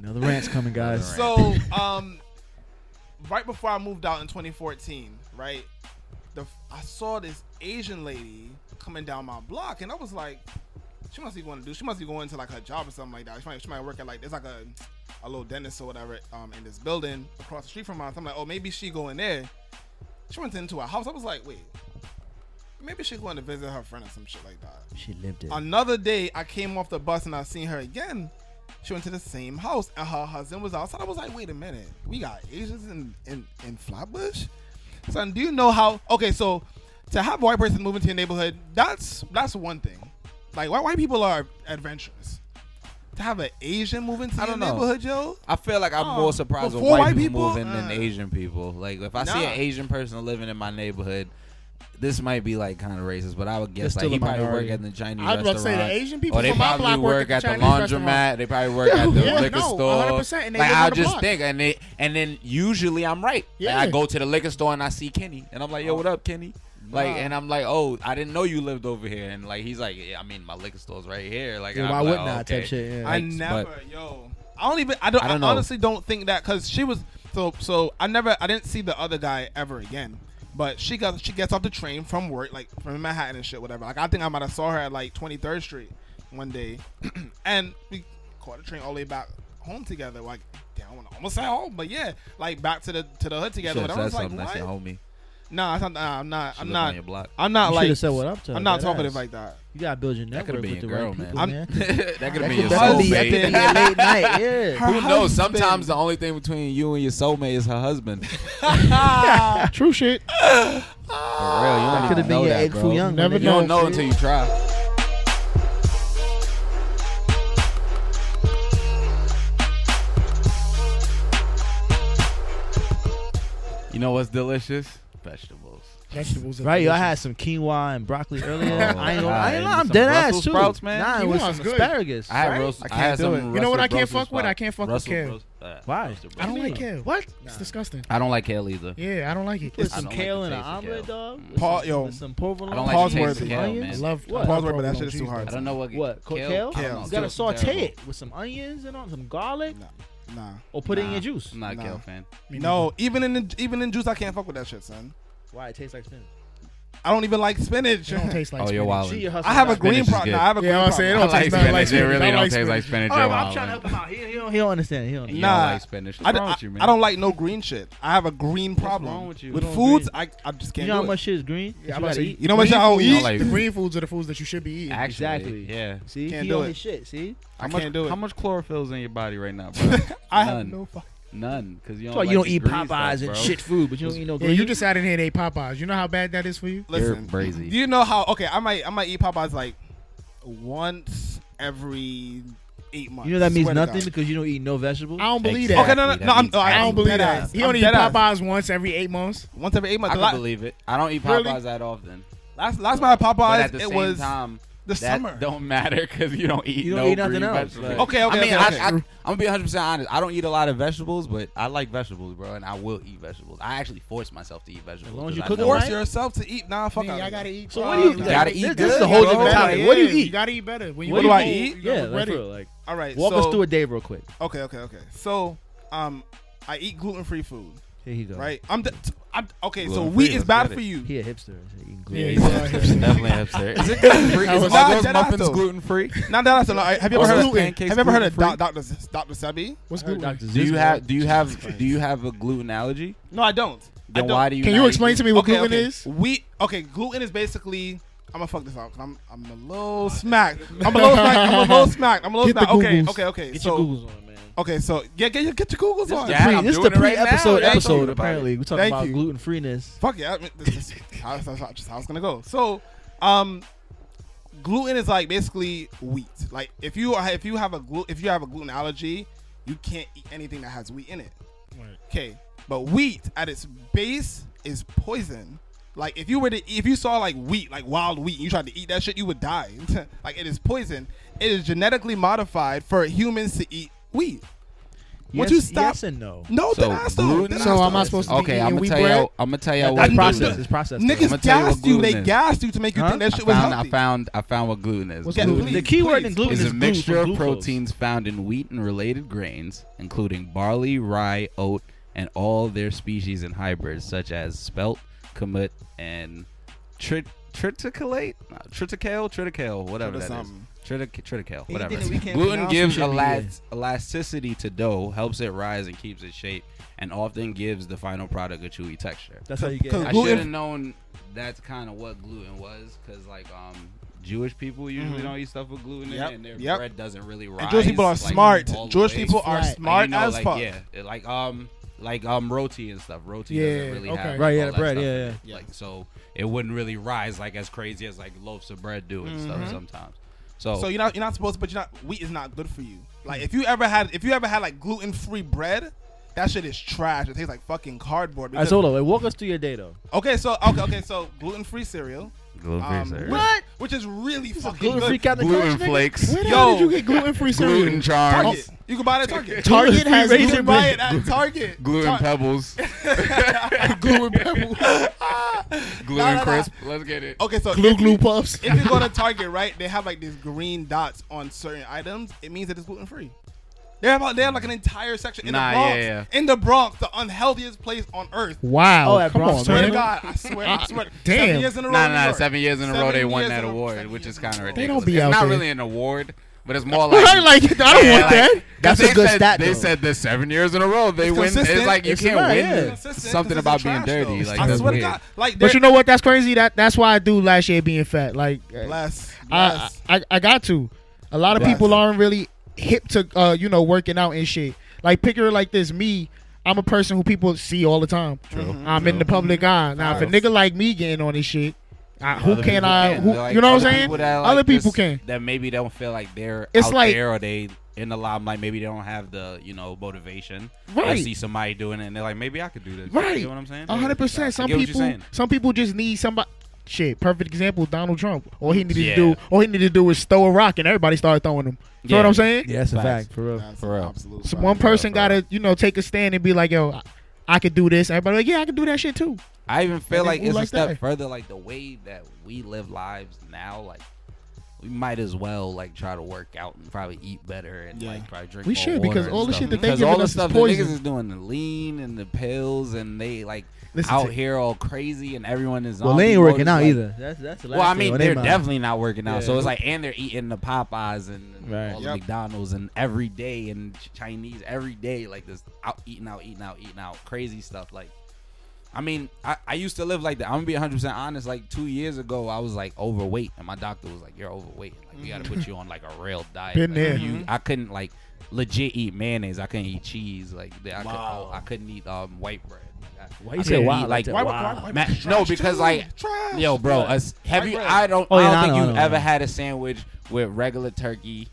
[SPEAKER 1] Another rant's coming, guys.
[SPEAKER 3] Oh. Another
[SPEAKER 2] so um, right before I moved out in 2014, right, the I saw this Asian lady coming down my block, and I was like, she must be going to do. She must be going to like her job or something like that. She might, she might work at like there's like a a little dentist or whatever um in this building across the street from mine. So I'm like, oh, maybe she going there. She went into a house. I was like, wait, maybe she going to visit her friend or some shit like that.
[SPEAKER 1] She lived it.
[SPEAKER 2] Another day, I came off the bus and I seen her again. She went to the same house and her husband was outside. I was like, wait a minute, we got Asians in in, in Flatbush. Son, do you know how? Okay, so to have a white person move into your neighborhood, that's that's one thing. Like white white people are adventurous. To have an Asian move into
[SPEAKER 3] I
[SPEAKER 2] your
[SPEAKER 3] don't know.
[SPEAKER 2] neighborhood, yo,
[SPEAKER 3] I feel like I'm
[SPEAKER 2] Oh,
[SPEAKER 3] more surprised when
[SPEAKER 2] before
[SPEAKER 3] white,
[SPEAKER 2] white
[SPEAKER 3] people,
[SPEAKER 2] people?
[SPEAKER 3] moving than
[SPEAKER 2] Uh.
[SPEAKER 3] Asian people. Like if I see
[SPEAKER 2] Nah.
[SPEAKER 3] an Asian person living in my neighborhood, this might be like kind of racist, but I would
[SPEAKER 1] They're
[SPEAKER 3] guess like
[SPEAKER 1] still
[SPEAKER 3] he
[SPEAKER 1] a
[SPEAKER 3] probably work
[SPEAKER 1] minority.
[SPEAKER 3] at the Chinese
[SPEAKER 4] I was about
[SPEAKER 3] restaurant.
[SPEAKER 4] to say, the Asian people
[SPEAKER 3] or they
[SPEAKER 4] from my
[SPEAKER 3] probably
[SPEAKER 4] block work
[SPEAKER 3] work
[SPEAKER 4] at
[SPEAKER 3] at
[SPEAKER 4] the
[SPEAKER 3] the
[SPEAKER 4] Chinese
[SPEAKER 3] laundromat.
[SPEAKER 4] restaurant.
[SPEAKER 3] They probably work at the
[SPEAKER 4] *laughs* Yeah,
[SPEAKER 3] liquor
[SPEAKER 4] no,
[SPEAKER 3] store.
[SPEAKER 4] 100%, and they
[SPEAKER 3] like
[SPEAKER 4] live
[SPEAKER 3] I
[SPEAKER 4] on the
[SPEAKER 3] just
[SPEAKER 4] block.
[SPEAKER 3] think, and it, and then usually I'm right. Yeah.
[SPEAKER 4] Yeah.
[SPEAKER 3] I go to the liquor store and I see Kenny, and I'm like, yo, what up, Kenny? Like
[SPEAKER 2] Nah.
[SPEAKER 3] and I'm like, oh, I didn't know you lived over here, and like he's like, yeah, I mean, my liquor store's right here. Like,
[SPEAKER 1] Yeah,
[SPEAKER 3] and
[SPEAKER 1] why
[SPEAKER 3] I'm like,
[SPEAKER 1] wouldn't
[SPEAKER 3] oh,
[SPEAKER 1] I?
[SPEAKER 3] okay.
[SPEAKER 1] Type shit. Yeah.
[SPEAKER 2] I
[SPEAKER 3] Yikes,
[SPEAKER 2] never,
[SPEAKER 3] but-
[SPEAKER 2] yo. I don't even. I don't.
[SPEAKER 3] I
[SPEAKER 2] I,
[SPEAKER 3] don't know.
[SPEAKER 2] honestly don't think that because she was so. So I never. I didn't see the other guy ever again. But she got. She gets off the train from work, like from Manhattan and shit, whatever. Like I think I might have saw her at like 23rd Street one day, *clears throat* and we caught the train all the way back home together. Like, damn, I want to almost say home, but yeah, like back to the to the hood together.
[SPEAKER 3] Should've
[SPEAKER 2] Whatever. I was
[SPEAKER 3] said
[SPEAKER 2] like,
[SPEAKER 3] something. That's your
[SPEAKER 2] what?
[SPEAKER 3] homie.
[SPEAKER 2] Nah, it's not, nah, I'm not.
[SPEAKER 3] She
[SPEAKER 2] I'm
[SPEAKER 3] live on
[SPEAKER 2] not.
[SPEAKER 3] your *laughs* block.
[SPEAKER 2] I'm not
[SPEAKER 1] you
[SPEAKER 2] like.
[SPEAKER 1] have said what up to. her,
[SPEAKER 2] I'm not
[SPEAKER 1] dead
[SPEAKER 2] talking
[SPEAKER 1] ass.
[SPEAKER 2] like that.
[SPEAKER 1] You gotta build your
[SPEAKER 3] That
[SPEAKER 1] network
[SPEAKER 3] coulda been
[SPEAKER 1] with the
[SPEAKER 3] your
[SPEAKER 1] right
[SPEAKER 3] girl,
[SPEAKER 1] people,
[SPEAKER 3] man.
[SPEAKER 1] man.
[SPEAKER 3] that
[SPEAKER 1] That
[SPEAKER 3] could be
[SPEAKER 1] could
[SPEAKER 3] your
[SPEAKER 1] definitely
[SPEAKER 2] soulmate.
[SPEAKER 1] be
[SPEAKER 3] soulmate.
[SPEAKER 1] a late night. Yeah.
[SPEAKER 2] Her
[SPEAKER 3] Who knows?
[SPEAKER 2] husband.
[SPEAKER 3] Sometimes the only thing between you and your soulmate is her *laughs* husband. For
[SPEAKER 4] True shit.
[SPEAKER 3] real, you
[SPEAKER 1] Could
[SPEAKER 3] don't even
[SPEAKER 1] have been
[SPEAKER 3] know
[SPEAKER 1] your
[SPEAKER 3] that,
[SPEAKER 1] egg foo
[SPEAKER 3] bro.
[SPEAKER 1] young.
[SPEAKER 4] Never
[SPEAKER 1] nigga.
[SPEAKER 3] You don't know
[SPEAKER 1] shit.
[SPEAKER 3] until you try.
[SPEAKER 5] You know what's delicious? Vegetables.
[SPEAKER 4] Vegetables. are
[SPEAKER 1] Right, yo, I
[SPEAKER 4] delicious.
[SPEAKER 1] had some quinoa and broccoli earlier.
[SPEAKER 3] Oh,
[SPEAKER 1] I ain't gonna, I ain't
[SPEAKER 5] God.
[SPEAKER 1] lying, I'm
[SPEAKER 5] Some
[SPEAKER 1] dead
[SPEAKER 5] Brussels
[SPEAKER 1] ass too.
[SPEAKER 5] sprouts, man?
[SPEAKER 1] Nah, it was
[SPEAKER 4] Quinoa's
[SPEAKER 1] some
[SPEAKER 4] good.
[SPEAKER 1] asparagus.
[SPEAKER 3] I had
[SPEAKER 4] Right?
[SPEAKER 3] roast.
[SPEAKER 2] I
[SPEAKER 3] I,
[SPEAKER 2] can't
[SPEAKER 3] had
[SPEAKER 2] do
[SPEAKER 3] some.
[SPEAKER 2] it. You
[SPEAKER 4] know what I
[SPEAKER 3] roasted
[SPEAKER 4] can't fuck
[SPEAKER 3] Brussels
[SPEAKER 4] with? I
[SPEAKER 3] sprouts.
[SPEAKER 4] can't fuck with
[SPEAKER 3] Russell
[SPEAKER 4] kale.
[SPEAKER 3] Brussels- uh,
[SPEAKER 1] Why?
[SPEAKER 3] roasted
[SPEAKER 4] I don't
[SPEAKER 3] Brussels
[SPEAKER 4] like
[SPEAKER 3] sprouts.
[SPEAKER 4] kale.
[SPEAKER 1] What?
[SPEAKER 4] It's disgusting.
[SPEAKER 3] I don't like kale either.
[SPEAKER 4] Yeah, I don't like it.
[SPEAKER 1] With
[SPEAKER 4] It's
[SPEAKER 1] some
[SPEAKER 3] don't like
[SPEAKER 1] kale
[SPEAKER 3] the
[SPEAKER 1] in an
[SPEAKER 3] taste of
[SPEAKER 1] omelet,
[SPEAKER 3] kale.
[SPEAKER 1] dog. With
[SPEAKER 2] Paul-
[SPEAKER 1] some,
[SPEAKER 2] yo,
[SPEAKER 1] with some provolone.
[SPEAKER 3] I don't like
[SPEAKER 2] the taste of
[SPEAKER 1] some
[SPEAKER 3] kale,
[SPEAKER 1] onions.
[SPEAKER 3] man.
[SPEAKER 4] I love.
[SPEAKER 1] What?
[SPEAKER 4] I love
[SPEAKER 2] Pause right, but that
[SPEAKER 4] provolone
[SPEAKER 2] shit is too
[SPEAKER 4] cheese,
[SPEAKER 2] hard.
[SPEAKER 4] though.
[SPEAKER 3] I don't know what.
[SPEAKER 1] What? Cooked
[SPEAKER 3] Kale?
[SPEAKER 1] kale?
[SPEAKER 2] Kale.
[SPEAKER 1] You
[SPEAKER 2] It's
[SPEAKER 1] gotta
[SPEAKER 3] still
[SPEAKER 1] saute
[SPEAKER 3] terrible.
[SPEAKER 1] it with some onions and all, some garlic,
[SPEAKER 2] Nah, nah.
[SPEAKER 1] or put it in
[SPEAKER 3] Nah.
[SPEAKER 1] your juice.
[SPEAKER 5] I'm not a
[SPEAKER 2] Nah.
[SPEAKER 5] kale fan.
[SPEAKER 4] Me
[SPEAKER 2] No, even in the, even in juice, I can't fuck with that shit, son.
[SPEAKER 1] Why? It tastes like spinach.
[SPEAKER 2] I don't even like spinach.
[SPEAKER 4] It don't taste like.
[SPEAKER 3] Oh, you're
[SPEAKER 4] spinach.
[SPEAKER 3] wild.
[SPEAKER 1] See your husband.
[SPEAKER 2] *laughs* I have a
[SPEAKER 1] got-
[SPEAKER 2] green
[SPEAKER 5] Spinach is
[SPEAKER 2] problem.
[SPEAKER 5] good.
[SPEAKER 2] Nah, I have a
[SPEAKER 4] Yeah, I
[SPEAKER 2] green
[SPEAKER 4] was saying, it
[SPEAKER 5] I
[SPEAKER 4] don't
[SPEAKER 2] problem.
[SPEAKER 5] like
[SPEAKER 4] taste nothing like
[SPEAKER 5] spinach. It
[SPEAKER 4] spinach. I
[SPEAKER 5] really don't
[SPEAKER 4] like
[SPEAKER 5] taste like
[SPEAKER 4] spinach.
[SPEAKER 5] spinach.
[SPEAKER 1] All right,
[SPEAKER 5] You're
[SPEAKER 1] but I'm trying to
[SPEAKER 5] wild.
[SPEAKER 1] help him out. He, he, don't, he don't understand. He don't
[SPEAKER 5] You don't
[SPEAKER 1] understand.
[SPEAKER 2] Nah.
[SPEAKER 5] like spinach.
[SPEAKER 2] I,
[SPEAKER 5] What's
[SPEAKER 2] d-
[SPEAKER 5] wrong
[SPEAKER 2] I,
[SPEAKER 5] with you, man?
[SPEAKER 2] I don't like no green shit. I have a green problem
[SPEAKER 5] wrong with you?
[SPEAKER 2] with
[SPEAKER 5] You don't
[SPEAKER 2] foods. I, I just
[SPEAKER 1] You
[SPEAKER 2] can't
[SPEAKER 1] know how
[SPEAKER 2] do
[SPEAKER 1] much
[SPEAKER 2] it.
[SPEAKER 1] shit is green?
[SPEAKER 4] Yeah,
[SPEAKER 1] that
[SPEAKER 4] I'm
[SPEAKER 1] you
[SPEAKER 4] about to
[SPEAKER 1] gotta
[SPEAKER 4] say,
[SPEAKER 1] eat.
[SPEAKER 2] You know what
[SPEAKER 4] Green
[SPEAKER 2] y'all
[SPEAKER 4] food-
[SPEAKER 2] eat?
[SPEAKER 3] I don't like-
[SPEAKER 4] The green foods are the foods that you should be eating.
[SPEAKER 3] Actually,
[SPEAKER 1] Exactly.
[SPEAKER 3] Yeah.
[SPEAKER 1] See,
[SPEAKER 2] Can't
[SPEAKER 1] he
[SPEAKER 2] do
[SPEAKER 1] on
[SPEAKER 2] it.
[SPEAKER 1] his shit. See,
[SPEAKER 2] I
[SPEAKER 5] How much-
[SPEAKER 2] can't do it.
[SPEAKER 5] How much chlorophyll's in your body right now, bro?
[SPEAKER 2] *laughs* I have
[SPEAKER 5] None.
[SPEAKER 2] no fuck.
[SPEAKER 5] None, because you don't.
[SPEAKER 1] that's why
[SPEAKER 5] like
[SPEAKER 1] you don't
[SPEAKER 5] the
[SPEAKER 1] eat
[SPEAKER 5] green
[SPEAKER 1] Popeyes
[SPEAKER 5] stuff,
[SPEAKER 1] and
[SPEAKER 5] bro.
[SPEAKER 3] *laughs*
[SPEAKER 1] shit food, but you don't eat no
[SPEAKER 4] Yeah,
[SPEAKER 1] green.
[SPEAKER 4] you just sat in here and ate Popeyes. You know how bad that is for you.
[SPEAKER 2] Listen,
[SPEAKER 5] crazy.
[SPEAKER 2] You know how? Okay, I might I might eat Popeyes like once every eight months.
[SPEAKER 1] You know that means
[SPEAKER 2] Swear to
[SPEAKER 1] nothing
[SPEAKER 2] God.
[SPEAKER 1] because you don't eat no vegetables.
[SPEAKER 4] I don't believe
[SPEAKER 2] Okay,
[SPEAKER 4] that.
[SPEAKER 2] no, no,
[SPEAKER 3] That
[SPEAKER 2] no. I'm,
[SPEAKER 3] means
[SPEAKER 2] no I,
[SPEAKER 3] I
[SPEAKER 2] I'm
[SPEAKER 4] I don't believe
[SPEAKER 2] dead
[SPEAKER 4] that.
[SPEAKER 2] ass.
[SPEAKER 4] He
[SPEAKER 2] I'm
[SPEAKER 4] only eat
[SPEAKER 2] dead ass.
[SPEAKER 4] Popeyes once every eight months.
[SPEAKER 2] once every eight
[SPEAKER 3] I
[SPEAKER 2] months.
[SPEAKER 3] can
[SPEAKER 2] La-
[SPEAKER 3] believe it. I don't eat Popeyes
[SPEAKER 4] Really?
[SPEAKER 3] that often.
[SPEAKER 2] Last last time I had
[SPEAKER 3] But at
[SPEAKER 2] Popeyes,
[SPEAKER 3] the
[SPEAKER 2] it
[SPEAKER 3] same
[SPEAKER 2] was
[SPEAKER 3] time,
[SPEAKER 2] the
[SPEAKER 3] that
[SPEAKER 2] summer.
[SPEAKER 3] don't matter because you don't eat
[SPEAKER 1] You don't
[SPEAKER 3] no
[SPEAKER 1] eat nothing
[SPEAKER 3] green
[SPEAKER 1] else,
[SPEAKER 3] vegetables.
[SPEAKER 1] like-
[SPEAKER 2] Okay, okay,
[SPEAKER 3] I mean,
[SPEAKER 2] okay, okay.
[SPEAKER 3] I, I, I'm gonna be 100 percent honest. I don't eat a lot of vegetables, but I like vegetables, bro, and I will eat vegetables. I actually force myself to eat vegetables.
[SPEAKER 1] As long as
[SPEAKER 3] 'cause
[SPEAKER 1] you
[SPEAKER 3] I
[SPEAKER 1] cook
[SPEAKER 3] know-
[SPEAKER 1] it right.
[SPEAKER 2] Force yourself to eat. Nah, fuck.
[SPEAKER 4] Man,
[SPEAKER 2] out
[SPEAKER 4] y'all
[SPEAKER 2] of
[SPEAKER 4] gotta
[SPEAKER 2] here.
[SPEAKER 4] eat.
[SPEAKER 1] So what do you-
[SPEAKER 4] Popeyes.
[SPEAKER 1] that-
[SPEAKER 3] gotta eat
[SPEAKER 1] this,
[SPEAKER 3] good.
[SPEAKER 1] This is a whole
[SPEAKER 2] You
[SPEAKER 1] different
[SPEAKER 2] gotta
[SPEAKER 1] topic.
[SPEAKER 2] eat.
[SPEAKER 1] What do you
[SPEAKER 4] You
[SPEAKER 1] eat?
[SPEAKER 4] gotta eat better. When you
[SPEAKER 2] What
[SPEAKER 4] eat
[SPEAKER 2] do I
[SPEAKER 4] more,
[SPEAKER 2] eat?
[SPEAKER 4] you gotta
[SPEAKER 1] Yeah,
[SPEAKER 4] look
[SPEAKER 1] that's
[SPEAKER 4] ready.
[SPEAKER 1] real. Like,
[SPEAKER 2] All right,
[SPEAKER 1] walk us
[SPEAKER 2] so-
[SPEAKER 1] through a day real quick.
[SPEAKER 2] Okay, okay, okay. So, um, I eat gluten free food,
[SPEAKER 1] Here he goes.
[SPEAKER 2] right? I'm, de- t- I'm okay. So
[SPEAKER 5] Gluten-free,
[SPEAKER 2] wheat is
[SPEAKER 5] let's
[SPEAKER 2] bad
[SPEAKER 5] get
[SPEAKER 2] for
[SPEAKER 5] it.
[SPEAKER 2] you.
[SPEAKER 1] He a hipster. He eating gluten.
[SPEAKER 4] Yeah, he's a hipster.
[SPEAKER 5] Definitely
[SPEAKER 3] *laughs*
[SPEAKER 5] upset. *laughs*
[SPEAKER 2] Is it gluten free? Is
[SPEAKER 4] was- Are
[SPEAKER 2] that muffins gluten?
[SPEAKER 3] free?
[SPEAKER 2] Now that I said, like, have you ever
[SPEAKER 3] What's
[SPEAKER 2] heard? Of,
[SPEAKER 3] gluten?
[SPEAKER 2] have you ever heard of
[SPEAKER 3] Pancakes
[SPEAKER 2] Doc- Doctor Doctor Sebi?
[SPEAKER 4] What's
[SPEAKER 1] I heard
[SPEAKER 4] good?
[SPEAKER 1] Dr.
[SPEAKER 3] Do you
[SPEAKER 1] Zeus-
[SPEAKER 3] have do you have do you have a gluten allergy?
[SPEAKER 2] No, I don't.
[SPEAKER 3] Then
[SPEAKER 2] I don't.
[SPEAKER 3] why do you?
[SPEAKER 4] Can
[SPEAKER 3] not
[SPEAKER 4] you
[SPEAKER 3] eat
[SPEAKER 4] explain to
[SPEAKER 3] gluten?
[SPEAKER 4] me what
[SPEAKER 2] okay,
[SPEAKER 4] gluten
[SPEAKER 2] okay.
[SPEAKER 4] is?
[SPEAKER 2] Wheat. Okay, gluten is basically. I'm gonna fuck this out. 'cause I'm I'm a little smacked. I'm a little smacked. I'm a little smacked. I'm a little
[SPEAKER 4] Get the
[SPEAKER 2] smacked. Okay,
[SPEAKER 4] Googles.
[SPEAKER 2] okay, okay.
[SPEAKER 1] Get
[SPEAKER 2] so
[SPEAKER 1] your Googles on, man.
[SPEAKER 2] Okay, so yeah, get your get your Googles
[SPEAKER 6] This
[SPEAKER 2] on.
[SPEAKER 6] guy-
[SPEAKER 1] Pre-
[SPEAKER 6] I'm
[SPEAKER 1] this is the
[SPEAKER 6] doing it
[SPEAKER 1] pre
[SPEAKER 6] right now.
[SPEAKER 1] episode
[SPEAKER 6] Yeah, I'm talking
[SPEAKER 1] episode,
[SPEAKER 6] about it.
[SPEAKER 1] apparently. We're talking
[SPEAKER 2] Thank
[SPEAKER 1] about
[SPEAKER 2] you.
[SPEAKER 1] gluten freeness.
[SPEAKER 2] Fuck yeah, I mean, this is how, that's, how- just how it's gonna go. So, um, gluten is like basically wheat. Like if you are, if you have a glu- if you have a gluten allergy, you can't eat anything that has wheat in it. Okay, but wheat at its base is poison. Like if you were to if you saw like wheat, like wild wheat, you tried to eat that shit, you would die. *laughs* like it is poison. It is genetically modified for humans to eat wheat. Once
[SPEAKER 1] Yes,
[SPEAKER 2] you stop,
[SPEAKER 1] yes and no.
[SPEAKER 2] no,
[SPEAKER 3] So
[SPEAKER 2] then I stop.
[SPEAKER 3] gluten-
[SPEAKER 2] Then I
[SPEAKER 4] So
[SPEAKER 2] stop.
[SPEAKER 4] am I supposed to be
[SPEAKER 3] Okay, I'm
[SPEAKER 4] eating
[SPEAKER 3] gonna
[SPEAKER 4] wheat
[SPEAKER 3] tell
[SPEAKER 4] bread?
[SPEAKER 3] y'all. I'm gonna tell y'all
[SPEAKER 1] That's
[SPEAKER 3] what
[SPEAKER 1] process.
[SPEAKER 3] gluten
[SPEAKER 1] It's
[SPEAKER 3] is.
[SPEAKER 1] process.
[SPEAKER 2] Niggas
[SPEAKER 3] I'ma tell you what
[SPEAKER 2] gassed you. They
[SPEAKER 3] gluten is.
[SPEAKER 2] gassed you to make you
[SPEAKER 1] Huh?
[SPEAKER 2] think that
[SPEAKER 3] I
[SPEAKER 2] shit was
[SPEAKER 3] found, I
[SPEAKER 2] healthy.
[SPEAKER 3] found, I found what gluten is.
[SPEAKER 4] What's
[SPEAKER 2] Yeah,
[SPEAKER 3] Gluten
[SPEAKER 4] gluten?
[SPEAKER 1] The key word in
[SPEAKER 2] please,
[SPEAKER 1] gluten
[SPEAKER 3] is
[SPEAKER 1] is
[SPEAKER 3] a
[SPEAKER 1] glu-
[SPEAKER 3] mixture
[SPEAKER 1] from
[SPEAKER 3] of
[SPEAKER 1] glucose.
[SPEAKER 3] proteins found in wheat and related grains, including barley, rye, oat, and all their species and hybrids, such as spelt, kamut, and trit- triticale, No, triticale, triticale, whatever
[SPEAKER 2] Tritic
[SPEAKER 3] that is.
[SPEAKER 2] something.
[SPEAKER 3] Tritic- triticale, whatever.
[SPEAKER 2] that we can't
[SPEAKER 3] Gluten
[SPEAKER 2] pronounce
[SPEAKER 3] gives
[SPEAKER 1] should be
[SPEAKER 3] elas- elasticity to dough, helps it rise and keeps its shape, and often gives the final product a chewy texture.
[SPEAKER 1] That's how you get.
[SPEAKER 2] Cause
[SPEAKER 3] I
[SPEAKER 1] it.
[SPEAKER 2] gluten-
[SPEAKER 3] should have known that's kind of what gluten was, because like um, Jewish people usually
[SPEAKER 2] Mhm.
[SPEAKER 3] don't eat stuff with gluten
[SPEAKER 2] Yep,
[SPEAKER 3] in it, and their
[SPEAKER 2] yep.
[SPEAKER 3] bread doesn't really rise.
[SPEAKER 2] And Jewish people are
[SPEAKER 3] like,
[SPEAKER 2] smart.
[SPEAKER 3] all the
[SPEAKER 2] Jewish
[SPEAKER 3] way.
[SPEAKER 2] people are
[SPEAKER 4] Right. Like, you
[SPEAKER 2] smart
[SPEAKER 3] Like, you know,
[SPEAKER 2] as
[SPEAKER 3] like,
[SPEAKER 2] fuck.
[SPEAKER 3] Yeah, it- like um, like um, roti and stuff. Roti
[SPEAKER 4] Yeah,
[SPEAKER 3] doesn't really
[SPEAKER 4] okay.
[SPEAKER 3] have
[SPEAKER 1] Right, yeah,
[SPEAKER 3] all
[SPEAKER 1] the
[SPEAKER 3] that
[SPEAKER 1] bread,
[SPEAKER 3] stuff
[SPEAKER 1] yeah,
[SPEAKER 3] in
[SPEAKER 1] yeah.
[SPEAKER 3] it. Like so, it wouldn't really rise like as crazy as like loaves of bread do and stuff
[SPEAKER 2] Mhm.
[SPEAKER 3] sometimes. So,
[SPEAKER 2] So you're not you're not supposed, but you're not. Wheat is not good for you. Like if you ever had if you ever had like gluten free bread, that shit is trash. It tastes like fucking cardboard.
[SPEAKER 1] I told him, walk us through your day though.
[SPEAKER 2] okay, so okay, okay, so gluten free cereal. Um, What? Which is really fucking
[SPEAKER 1] Gluten free
[SPEAKER 2] good.
[SPEAKER 1] Captain Crunch, nigga?
[SPEAKER 3] flakes,
[SPEAKER 4] Where the
[SPEAKER 2] Yo.
[SPEAKER 4] hell did you get gluten free cereal?
[SPEAKER 3] charms,
[SPEAKER 2] Target. You can buy it at Target.
[SPEAKER 4] Target has
[SPEAKER 1] Gluten-free
[SPEAKER 2] You
[SPEAKER 1] raisin
[SPEAKER 2] can buy it at Target. Tar- *laughs*
[SPEAKER 3] pebbles, *laughs*
[SPEAKER 4] gluten pebble,
[SPEAKER 3] glue
[SPEAKER 2] Nah, nah, nah.
[SPEAKER 3] Let's get it.
[SPEAKER 2] Okay, so
[SPEAKER 4] glue
[SPEAKER 2] if you-
[SPEAKER 4] glue puffs.
[SPEAKER 2] if you go to Target, right, they have like these green dots on certain items. It means that it's gluten free. They have they have like an entire section in
[SPEAKER 3] Nah,
[SPEAKER 2] the Bronx.
[SPEAKER 3] yeah,
[SPEAKER 2] In the Bronx, the unhealthiest place on earth.
[SPEAKER 4] Wow,
[SPEAKER 1] Oh, that
[SPEAKER 4] come
[SPEAKER 1] Bronx
[SPEAKER 4] on,
[SPEAKER 2] Swear to
[SPEAKER 4] man.
[SPEAKER 1] Really?
[SPEAKER 2] God, I swear, I swear.
[SPEAKER 4] Damn.
[SPEAKER 2] Seven years in a row.
[SPEAKER 3] Nah,
[SPEAKER 2] in
[SPEAKER 3] nah,
[SPEAKER 2] York.
[SPEAKER 3] seven years in a row
[SPEAKER 2] Seven
[SPEAKER 3] they won
[SPEAKER 2] years
[SPEAKER 3] that
[SPEAKER 2] in a-
[SPEAKER 3] award,
[SPEAKER 2] seven
[SPEAKER 3] which
[SPEAKER 2] years
[SPEAKER 3] is
[SPEAKER 2] in a
[SPEAKER 3] kind of
[SPEAKER 2] row.
[SPEAKER 3] ridiculous.
[SPEAKER 4] They don't be
[SPEAKER 3] it's
[SPEAKER 4] out
[SPEAKER 3] not
[SPEAKER 4] there.
[SPEAKER 3] really an award, but it's
[SPEAKER 4] *laughs*
[SPEAKER 3] more like.
[SPEAKER 4] I *laughs* like it. I don't
[SPEAKER 3] Yeah,
[SPEAKER 4] want
[SPEAKER 3] like,
[SPEAKER 4] that.
[SPEAKER 1] That's
[SPEAKER 3] they
[SPEAKER 1] a good
[SPEAKER 3] said,
[SPEAKER 1] stat,
[SPEAKER 3] They
[SPEAKER 1] though.
[SPEAKER 3] said this seven years in a row. They
[SPEAKER 2] It's
[SPEAKER 3] win.
[SPEAKER 2] consistent.
[SPEAKER 3] It's like you
[SPEAKER 1] It's
[SPEAKER 3] can't
[SPEAKER 1] not,
[SPEAKER 3] win.
[SPEAKER 1] yeah.
[SPEAKER 2] Consistent,
[SPEAKER 3] Something about being
[SPEAKER 2] consistent
[SPEAKER 3] dirty.
[SPEAKER 2] trash,
[SPEAKER 3] Like
[SPEAKER 2] though. I
[SPEAKER 3] that's
[SPEAKER 2] swear
[SPEAKER 3] weird.
[SPEAKER 2] to God, like
[SPEAKER 4] But you know what? That's crazy. That that's why I do last year being fat. Like, uh,
[SPEAKER 2] bless,
[SPEAKER 4] I,
[SPEAKER 2] bless.
[SPEAKER 4] I I got to. A lot of
[SPEAKER 2] Bless.
[SPEAKER 4] people aren't really hip to uh, you know working out and shit. Like picture it like this. Me, I'm a person who people see all the time.
[SPEAKER 3] True.
[SPEAKER 4] I'm in the public eye. Now, if a
[SPEAKER 3] Facts.
[SPEAKER 4] nigga like me getting on this shit, I, who
[SPEAKER 1] Other
[SPEAKER 4] can
[SPEAKER 1] people
[SPEAKER 4] I?
[SPEAKER 3] can.
[SPEAKER 4] Who,
[SPEAKER 3] Like,
[SPEAKER 4] you know what
[SPEAKER 3] other
[SPEAKER 4] I'm saying?
[SPEAKER 3] people that, like,
[SPEAKER 4] Other people
[SPEAKER 3] just-
[SPEAKER 4] can.
[SPEAKER 3] that maybe don't feel like they're
[SPEAKER 4] It's
[SPEAKER 3] out
[SPEAKER 4] like-
[SPEAKER 3] there or they in the limelight. Maybe they don't have the you know motivation. They
[SPEAKER 4] Right.
[SPEAKER 3] see somebody doing it and they're like, maybe I could do this.
[SPEAKER 4] Right.
[SPEAKER 3] You know what I'm saying?
[SPEAKER 4] A hundred percent.
[SPEAKER 3] I
[SPEAKER 4] Some
[SPEAKER 3] get what you're
[SPEAKER 4] people,
[SPEAKER 3] saying.
[SPEAKER 4] some people just need somebody. Shit, perfect example. Donald Trump. All he needed
[SPEAKER 3] Yeah.
[SPEAKER 4] to do, all he needed to do was throw a rock, and everybody started throwing them. You know
[SPEAKER 3] Yeah.
[SPEAKER 4] what I'm saying?
[SPEAKER 1] Yeah, that's a
[SPEAKER 3] Facts.
[SPEAKER 1] fact for real.
[SPEAKER 2] That's
[SPEAKER 3] for real.
[SPEAKER 2] absolute
[SPEAKER 4] So
[SPEAKER 2] fact.
[SPEAKER 4] one person
[SPEAKER 3] bro.
[SPEAKER 4] got to, you know, take a stand and be like, yo, I, I could do this. Everybody like, yeah, I could do that shit too.
[SPEAKER 3] I even feel
[SPEAKER 4] And they
[SPEAKER 3] like
[SPEAKER 4] move
[SPEAKER 3] it's
[SPEAKER 4] like
[SPEAKER 3] a step
[SPEAKER 4] that.
[SPEAKER 3] further, like the way that we live lives now, like we might as well like try to work out and probably eat better and
[SPEAKER 2] Yeah.
[SPEAKER 3] like probably drink.
[SPEAKER 4] We
[SPEAKER 3] more
[SPEAKER 4] should,
[SPEAKER 3] water
[SPEAKER 4] because
[SPEAKER 3] and
[SPEAKER 4] all the
[SPEAKER 3] stuff.
[SPEAKER 4] shit that they
[SPEAKER 3] Because
[SPEAKER 4] giving
[SPEAKER 3] all the
[SPEAKER 4] us is
[SPEAKER 3] stuff
[SPEAKER 4] poison.
[SPEAKER 3] the niggas is doing the lean and the pills and they like
[SPEAKER 4] Listen
[SPEAKER 3] out
[SPEAKER 4] to-
[SPEAKER 3] here all crazy and everyone is
[SPEAKER 1] Well,
[SPEAKER 3] on
[SPEAKER 1] they ain't working out either. That's that's the last
[SPEAKER 3] Well, I
[SPEAKER 1] thing
[SPEAKER 3] mean,
[SPEAKER 1] on their
[SPEAKER 3] they're
[SPEAKER 1] mind.
[SPEAKER 3] definitely not working out. So
[SPEAKER 1] Yeah.
[SPEAKER 3] it's like, and they're eating the Popeyes and, and
[SPEAKER 1] Right.
[SPEAKER 3] all
[SPEAKER 2] Yep.
[SPEAKER 3] the McDonald's and every day and Ch- Chinese every day, like this out eating out, eating out, eating out, crazy stuff. Like, I mean, I, I used to live like that. I'm gonna be 100 percent honest. Like two years ago, I was like overweight, and my doctor was like, "You're overweight. Like, we gotta
[SPEAKER 2] Mm-hmm.
[SPEAKER 3] put you on like a real diet."
[SPEAKER 4] Been
[SPEAKER 3] Like,
[SPEAKER 4] there.
[SPEAKER 3] You, I couldn't like legit eat mayonnaise. I couldn't eat cheese. Like, I,
[SPEAKER 2] Wow.
[SPEAKER 3] could, I, couldn't eat um white bread. Like, I,
[SPEAKER 1] Why
[SPEAKER 3] I
[SPEAKER 1] you say
[SPEAKER 3] couldn't
[SPEAKER 1] wow
[SPEAKER 3] eat,
[SPEAKER 1] like that?
[SPEAKER 2] Why,
[SPEAKER 1] Wow.
[SPEAKER 2] why, why, why,
[SPEAKER 3] Ma-
[SPEAKER 2] trash
[SPEAKER 3] no, because,
[SPEAKER 2] too,
[SPEAKER 3] like,
[SPEAKER 2] trash.
[SPEAKER 3] Yo, bro, uh,
[SPEAKER 1] Right.
[SPEAKER 3] us- have
[SPEAKER 2] Right,
[SPEAKER 3] you?
[SPEAKER 2] right.
[SPEAKER 3] I don't.
[SPEAKER 1] Oh, yeah, nah,
[SPEAKER 3] I don't think
[SPEAKER 1] nah,
[SPEAKER 3] you've
[SPEAKER 1] nah,
[SPEAKER 3] ever
[SPEAKER 1] nah.
[SPEAKER 3] had a sandwich with regular turkey,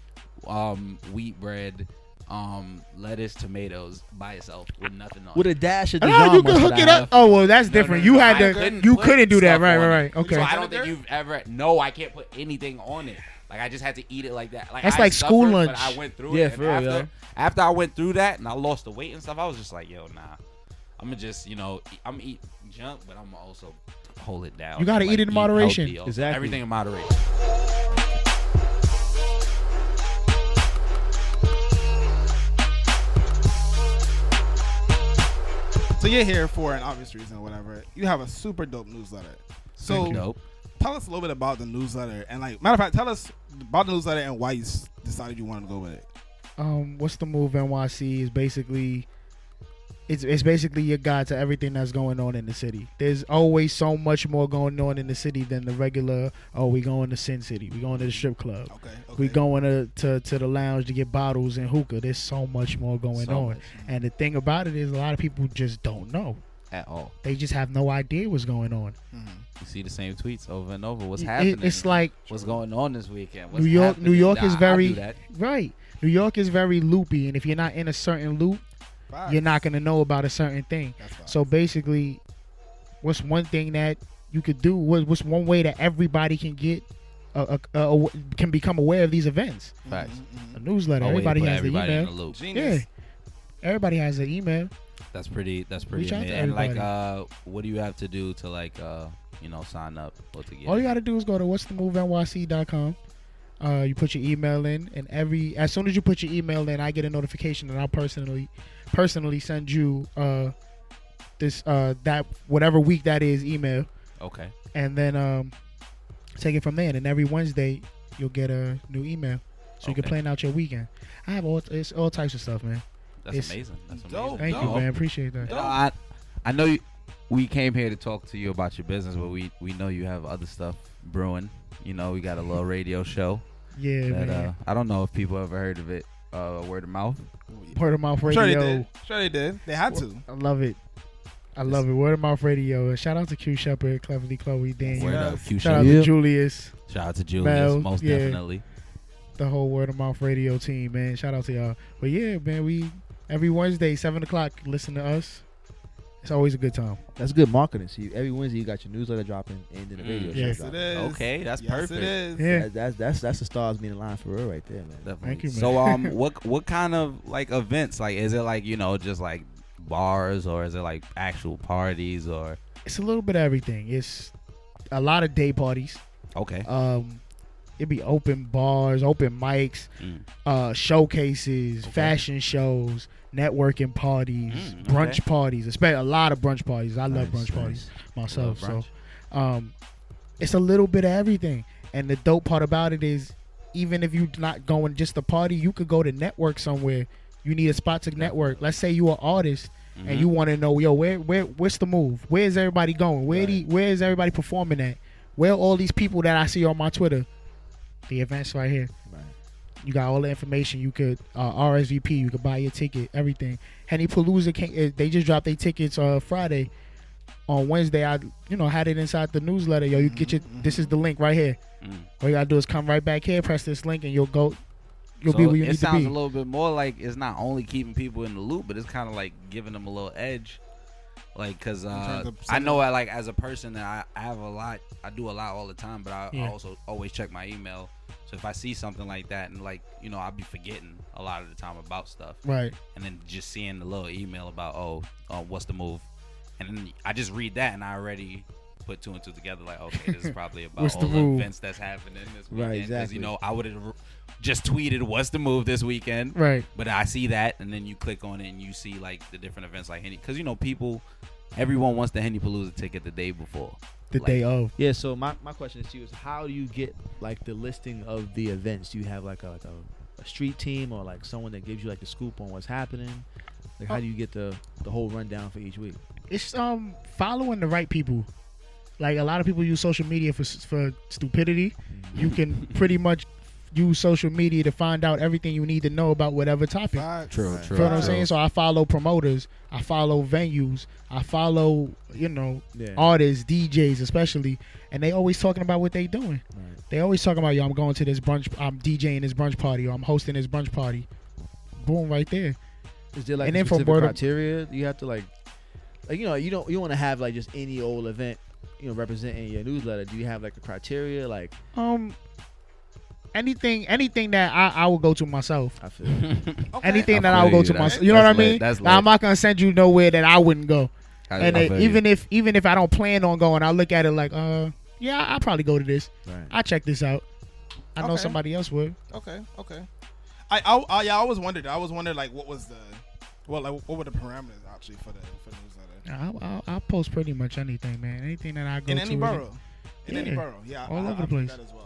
[SPEAKER 3] um, wheat bread, um, lettuce, tomatoes by itself with nothing on.
[SPEAKER 1] With
[SPEAKER 3] it.
[SPEAKER 1] a dash of
[SPEAKER 4] Oh,
[SPEAKER 1] the
[SPEAKER 4] you could hook it up. Oh well, that's different. you had
[SPEAKER 3] I
[SPEAKER 4] to, you
[SPEAKER 3] put
[SPEAKER 4] couldn't do that.
[SPEAKER 3] stuff
[SPEAKER 4] Right,
[SPEAKER 3] on
[SPEAKER 4] right,
[SPEAKER 3] it.
[SPEAKER 4] right. Okay.
[SPEAKER 3] So I don't think you've ever. No, I can't put anything on it. Like I just had to eat it like that. Like
[SPEAKER 4] That's
[SPEAKER 3] I
[SPEAKER 4] like school
[SPEAKER 3] suffered,
[SPEAKER 4] lunch.
[SPEAKER 3] But I went through
[SPEAKER 1] Yeah,
[SPEAKER 3] it. and
[SPEAKER 1] for real,
[SPEAKER 3] after,
[SPEAKER 1] yo.
[SPEAKER 3] after I went through that and I lost the weight and stuff, I was just like, yo, nah. I'm gonna just, you know, I'm gonna eat junk, but I'm gonna also hold it down.
[SPEAKER 4] You gotta
[SPEAKER 3] Like,
[SPEAKER 4] eat it in moderation.
[SPEAKER 3] healthy, also.
[SPEAKER 1] Exactly.
[SPEAKER 3] Everything in moderation.
[SPEAKER 2] So you're here for an obvious reason or whatever. You have a super dope newsletter. So
[SPEAKER 3] dope.
[SPEAKER 2] tell us a little bit about the newsletter and like matter of fact, tell us about the newsletter and why you s- decided you wanted to go with it.
[SPEAKER 4] um, what's the move? NYC is basically it's it's basically your guide to everything that's going on in the city. There's always so much more going on in the city than the regular. Oh, we going to Sin City. We going to the strip club.
[SPEAKER 2] Okay. okay.
[SPEAKER 4] We going to, to to the lounge to get bottles and hookah. There's so much more going
[SPEAKER 3] So
[SPEAKER 4] on.
[SPEAKER 3] much.
[SPEAKER 4] And the thing about it is, a lot of people just don't know.
[SPEAKER 3] at all.
[SPEAKER 4] They just have no idea what's going on.
[SPEAKER 2] Mhm.
[SPEAKER 3] You see the same tweets over and over. What's
[SPEAKER 4] It-
[SPEAKER 3] happening?
[SPEAKER 4] it's like
[SPEAKER 3] what's going on this weekend? What's
[SPEAKER 4] New York-
[SPEAKER 3] happening?
[SPEAKER 4] New York
[SPEAKER 3] Nah,
[SPEAKER 4] is
[SPEAKER 3] I
[SPEAKER 4] very-
[SPEAKER 3] do that.
[SPEAKER 4] right. New York is very loopy, and if you're not in a certain loop,
[SPEAKER 2] Facts.
[SPEAKER 4] you're not gonna know about a certain thing.
[SPEAKER 2] That's fine.
[SPEAKER 4] So basically, what's one thing that you could do? What, what's one way that everybody can get, uh, uh, uh, can become aware of these events?
[SPEAKER 3] Facts.
[SPEAKER 2] Mm-hmm,
[SPEAKER 4] A newsletter.
[SPEAKER 3] Oh, wait,
[SPEAKER 4] everybody
[SPEAKER 3] put
[SPEAKER 4] has
[SPEAKER 3] everybody
[SPEAKER 4] the
[SPEAKER 3] in
[SPEAKER 4] email.
[SPEAKER 3] the loop.
[SPEAKER 2] Genius.
[SPEAKER 4] Everybody has an email.
[SPEAKER 3] That's pretty. That's pretty
[SPEAKER 4] Reach out to
[SPEAKER 3] amazing. And like, uh, what do you have to do to like, uh, you know, sign up or to get?
[SPEAKER 4] All you
[SPEAKER 3] in?
[SPEAKER 4] got to do is go to what's the move nyc.com. Uh, you put your email in, and every as soon as you put your email in, I get a notification, and I'll personally personally send you uh, this uh, that whatever week that is email.
[SPEAKER 3] Okay.
[SPEAKER 4] and then um, take it from there. And then every Wednesday, you'll get a new email, so you can
[SPEAKER 3] Okay.
[SPEAKER 4] plan out your weekend. I have all it's all types of stuff, man.
[SPEAKER 3] That's
[SPEAKER 4] It's-
[SPEAKER 3] amazing. That's amazing.
[SPEAKER 2] Dope,
[SPEAKER 4] Thank you,
[SPEAKER 2] dope.
[SPEAKER 4] man. Appreciate that.
[SPEAKER 3] You know, I, I know you, we came here to talk to you about your business, but we we know you have other stuff brewing. You know, we got a little radio show
[SPEAKER 4] Yeah,
[SPEAKER 3] that
[SPEAKER 4] man.
[SPEAKER 3] uh, I don't know if people ever heard of it. Uh, word of mouth.
[SPEAKER 4] Word of mouth
[SPEAKER 2] I'm
[SPEAKER 4] radio.
[SPEAKER 2] Sure they did. Sure they did. They had to.
[SPEAKER 4] I love it. I love it. Word of mouth radio. Shout out to Q Shepherd, Cleverly Chloe,
[SPEAKER 3] Word
[SPEAKER 4] Daniel.
[SPEAKER 2] Yes.
[SPEAKER 3] of Q
[SPEAKER 4] Shout out to
[SPEAKER 3] Shout
[SPEAKER 4] Julius,
[SPEAKER 3] out to Julius,
[SPEAKER 4] Mel,
[SPEAKER 3] most
[SPEAKER 4] yeah.
[SPEAKER 3] definitely.
[SPEAKER 4] the whole Word of Mouth radio team, man. Shout out to y'all. But yeah, man, we every Wednesday, seven o'clock, listen to us. It's always a good time.
[SPEAKER 1] That's good marketing. So you, every Wednesday you got your newsletter dropping and then the
[SPEAKER 3] Mm.
[SPEAKER 1] radio show
[SPEAKER 4] Yes,
[SPEAKER 2] Yes, it
[SPEAKER 1] dropping.
[SPEAKER 2] is.
[SPEAKER 3] Okay, that's
[SPEAKER 2] Yes,
[SPEAKER 3] perfect.
[SPEAKER 2] it is.
[SPEAKER 4] Yeah.
[SPEAKER 1] That- that's that's that's the stars being aligned for real right there, man.
[SPEAKER 3] Definitely.
[SPEAKER 4] Thank you, man. *laughs*
[SPEAKER 3] So, um, what what kind of like events? Like, is it like you know just like bars or is it like actual parties or?
[SPEAKER 4] It's a little bit of everything. It's a lot of day parties.
[SPEAKER 3] Okay.
[SPEAKER 4] um it'd be open bars open mics
[SPEAKER 3] Mm.
[SPEAKER 4] uh showcases fashion shows networking parties
[SPEAKER 3] Mm,
[SPEAKER 4] brunch
[SPEAKER 3] okay.
[SPEAKER 4] parties especially a lot of brunch parties i love
[SPEAKER 3] Nice,
[SPEAKER 4] brunch parties
[SPEAKER 3] nice. Love
[SPEAKER 4] myself
[SPEAKER 3] brunch.
[SPEAKER 4] so um it's a little bit of everything and the dope part about it is even if you're not going just to party you could go to network somewhere you need a spot to network let's say you're an artist and
[SPEAKER 3] Mhm.
[SPEAKER 4] you want to know yo where where what's the move where's everybody going where the, where is everybody performing at where all these people that I see on my Twitter, the events right here.
[SPEAKER 1] Right.
[SPEAKER 4] You got all the information. You could uh, RSVP. You could buy your ticket. Everything. Henny Palooza. Came, eh, they just dropped their tickets uh, Friday. On Wednesday, I you know had it inside the newsletter. Yo, you get your.
[SPEAKER 3] Mm-hmm.
[SPEAKER 4] This is the link right here.
[SPEAKER 3] Mm.
[SPEAKER 4] All you gotta do is come right back here, press this link, and you'll go. You'll
[SPEAKER 3] So
[SPEAKER 4] be where you
[SPEAKER 3] it
[SPEAKER 4] need to
[SPEAKER 3] sounds
[SPEAKER 4] be.
[SPEAKER 3] a little bit more like it's not only keeping people in the loop, but it's kind of like giving them a little edge. Like, cause
[SPEAKER 2] terms
[SPEAKER 3] uh,
[SPEAKER 2] of
[SPEAKER 3] I know I like as a person that I, I have a lot, I do a lot all the time, but I,
[SPEAKER 4] Yeah.
[SPEAKER 3] I also always check my email. So if I see something like that, and like you know, I'll be forgetting a lot of the time about stuff,
[SPEAKER 4] right.
[SPEAKER 3] and then just seeing the little email about oh, uh, what's the move, and then I just read that and I already put two and two together. Like, okay, this is probably about
[SPEAKER 4] What's the
[SPEAKER 3] all the
[SPEAKER 4] move?
[SPEAKER 3] events that's happening this weekend.
[SPEAKER 1] Right,
[SPEAKER 3] 'Cause,
[SPEAKER 1] exactly.
[SPEAKER 3] You know, I would have just tweeted what's the move this weekend,
[SPEAKER 4] Right.
[SPEAKER 3] but I see that, and then you click on it and you see like the different events, like Henny, because you know people, everyone wants the Henny Palooza ticket the day before. *laughs*
[SPEAKER 4] The
[SPEAKER 3] Like,
[SPEAKER 4] day of.
[SPEAKER 1] Yeah, so my, my question is to you is how do you get like the listing of the events? Do you have like a like a, a street team or like someone that gives you like the scoop on what's happening? Like
[SPEAKER 2] Oh.
[SPEAKER 1] how do you get the the whole rundown for each week?
[SPEAKER 4] It's um following the right people. Like a lot of people use social media for s- for stupidity. You can pretty much use social media to find out everything you need to know about whatever topic.
[SPEAKER 2] Facts.
[SPEAKER 3] True, true.
[SPEAKER 4] Feel what I'm
[SPEAKER 2] True.
[SPEAKER 4] saying? So I follow promoters, I follow venues, I follow you know
[SPEAKER 1] Yeah.
[SPEAKER 4] artists, DJs especially, and they always talking about what they doing.
[SPEAKER 1] Right.
[SPEAKER 4] They always talking about yo, I'm going to this brunch, I'm DJing this brunch party, or I'm hosting this brunch party. Boom, right there.
[SPEAKER 1] Is there like
[SPEAKER 4] And
[SPEAKER 1] a
[SPEAKER 4] then from
[SPEAKER 1] specific
[SPEAKER 4] word of-
[SPEAKER 1] criteria? Do you have to like like you know, you don't you wanna have like just any old event, you know, representing your newsletter. Do you have like a criteria? Like
[SPEAKER 4] Um, anything, anything that I, I will go to myself.
[SPEAKER 1] I feel
[SPEAKER 3] *laughs*
[SPEAKER 1] like
[SPEAKER 2] Okay.
[SPEAKER 4] Anything
[SPEAKER 3] I
[SPEAKER 4] that I'll
[SPEAKER 3] feel
[SPEAKER 4] go
[SPEAKER 3] you.
[SPEAKER 4] to
[SPEAKER 3] That's-
[SPEAKER 4] myself. You know what I
[SPEAKER 3] that's lit.
[SPEAKER 4] mean?
[SPEAKER 3] That's
[SPEAKER 4] Like, I'm
[SPEAKER 3] lit.
[SPEAKER 4] not gonna send you nowhere that I wouldn't go.
[SPEAKER 3] I-
[SPEAKER 4] and
[SPEAKER 3] I
[SPEAKER 4] it,
[SPEAKER 3] feel you.
[SPEAKER 4] uh, even if even if I don't plan on going, I look at it like, uh, yeah, I'll probably go to this.
[SPEAKER 1] right.
[SPEAKER 4] I check this out. I know
[SPEAKER 2] Okay.
[SPEAKER 4] somebody else would.
[SPEAKER 2] Okay, okay. I, I, I yeah, I always wondered. I always wondered like what was the, well, like what were the parameters actually for the for the newsletter
[SPEAKER 4] I, I, I post pretty much anything, man. Anything that I go
[SPEAKER 2] in
[SPEAKER 4] to
[SPEAKER 2] any borough, in any
[SPEAKER 4] Yeah.
[SPEAKER 2] borough, yeah,
[SPEAKER 4] All
[SPEAKER 2] I,
[SPEAKER 4] over
[SPEAKER 2] I,
[SPEAKER 4] the
[SPEAKER 2] I did
[SPEAKER 4] place.
[SPEAKER 2] that as well.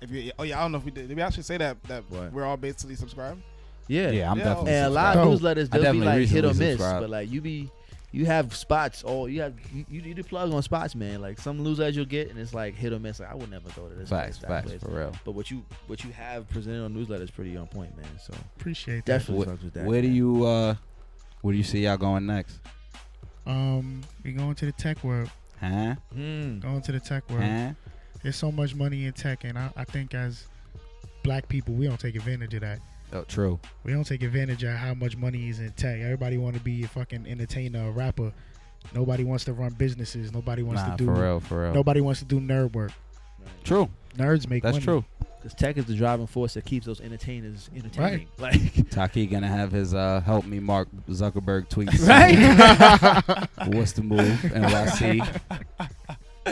[SPEAKER 2] If you, oh yeah, I don't know if we did. Did we actually say that that
[SPEAKER 1] What?
[SPEAKER 2] we're all basically subscribed?
[SPEAKER 1] Yeah.
[SPEAKER 3] Yeah, I'm
[SPEAKER 2] Yeah,
[SPEAKER 3] definitely.
[SPEAKER 2] oh,
[SPEAKER 1] And a lot of
[SPEAKER 4] Subscribe.
[SPEAKER 1] newsletters
[SPEAKER 3] I
[SPEAKER 1] they'll be
[SPEAKER 3] definitely
[SPEAKER 1] like hit
[SPEAKER 3] recently
[SPEAKER 1] or miss,
[SPEAKER 3] subscribed.
[SPEAKER 1] but like you be you have spots. All you have you, you need to plug on spots, man. Like some newsletters you'll get, and it's like hit or miss. Like I would never go to this place,
[SPEAKER 3] Facts,
[SPEAKER 1] that
[SPEAKER 3] facts,
[SPEAKER 1] place.
[SPEAKER 3] for real.
[SPEAKER 1] But what you what you have presented on newsletters pretty on point, man. So
[SPEAKER 4] Appreciate that.
[SPEAKER 1] definitely fucks with that.
[SPEAKER 3] Where do
[SPEAKER 1] man.
[SPEAKER 3] you uh, where do you see y'all going next?
[SPEAKER 4] Um, we going to the tech world.
[SPEAKER 3] Huh?
[SPEAKER 1] Mm.
[SPEAKER 4] Going to the tech world.
[SPEAKER 3] Huh?
[SPEAKER 4] There's so much money in tech, and I, I think as black people, we don't take advantage of that.
[SPEAKER 3] Oh, true.
[SPEAKER 4] We don't take advantage of how much money is in tech. Everybody want to be a fucking entertainer, a rapper. Nobody wants to run businesses. Nobody wants
[SPEAKER 3] Nah,
[SPEAKER 4] to do.
[SPEAKER 3] for real, for real.
[SPEAKER 4] Nobody wants to do nerd work.
[SPEAKER 3] True.
[SPEAKER 4] Nerds make
[SPEAKER 3] That's
[SPEAKER 4] money.
[SPEAKER 3] true.
[SPEAKER 1] Because tech is the driving force that keeps those entertainers entertaining. Like *laughs*
[SPEAKER 3] Taki gonna have his uh, help me Mark
[SPEAKER 4] *laughs*
[SPEAKER 3] Zuckerberg tweets.
[SPEAKER 4] Right?
[SPEAKER 3] *laughs* What's the move? NYC.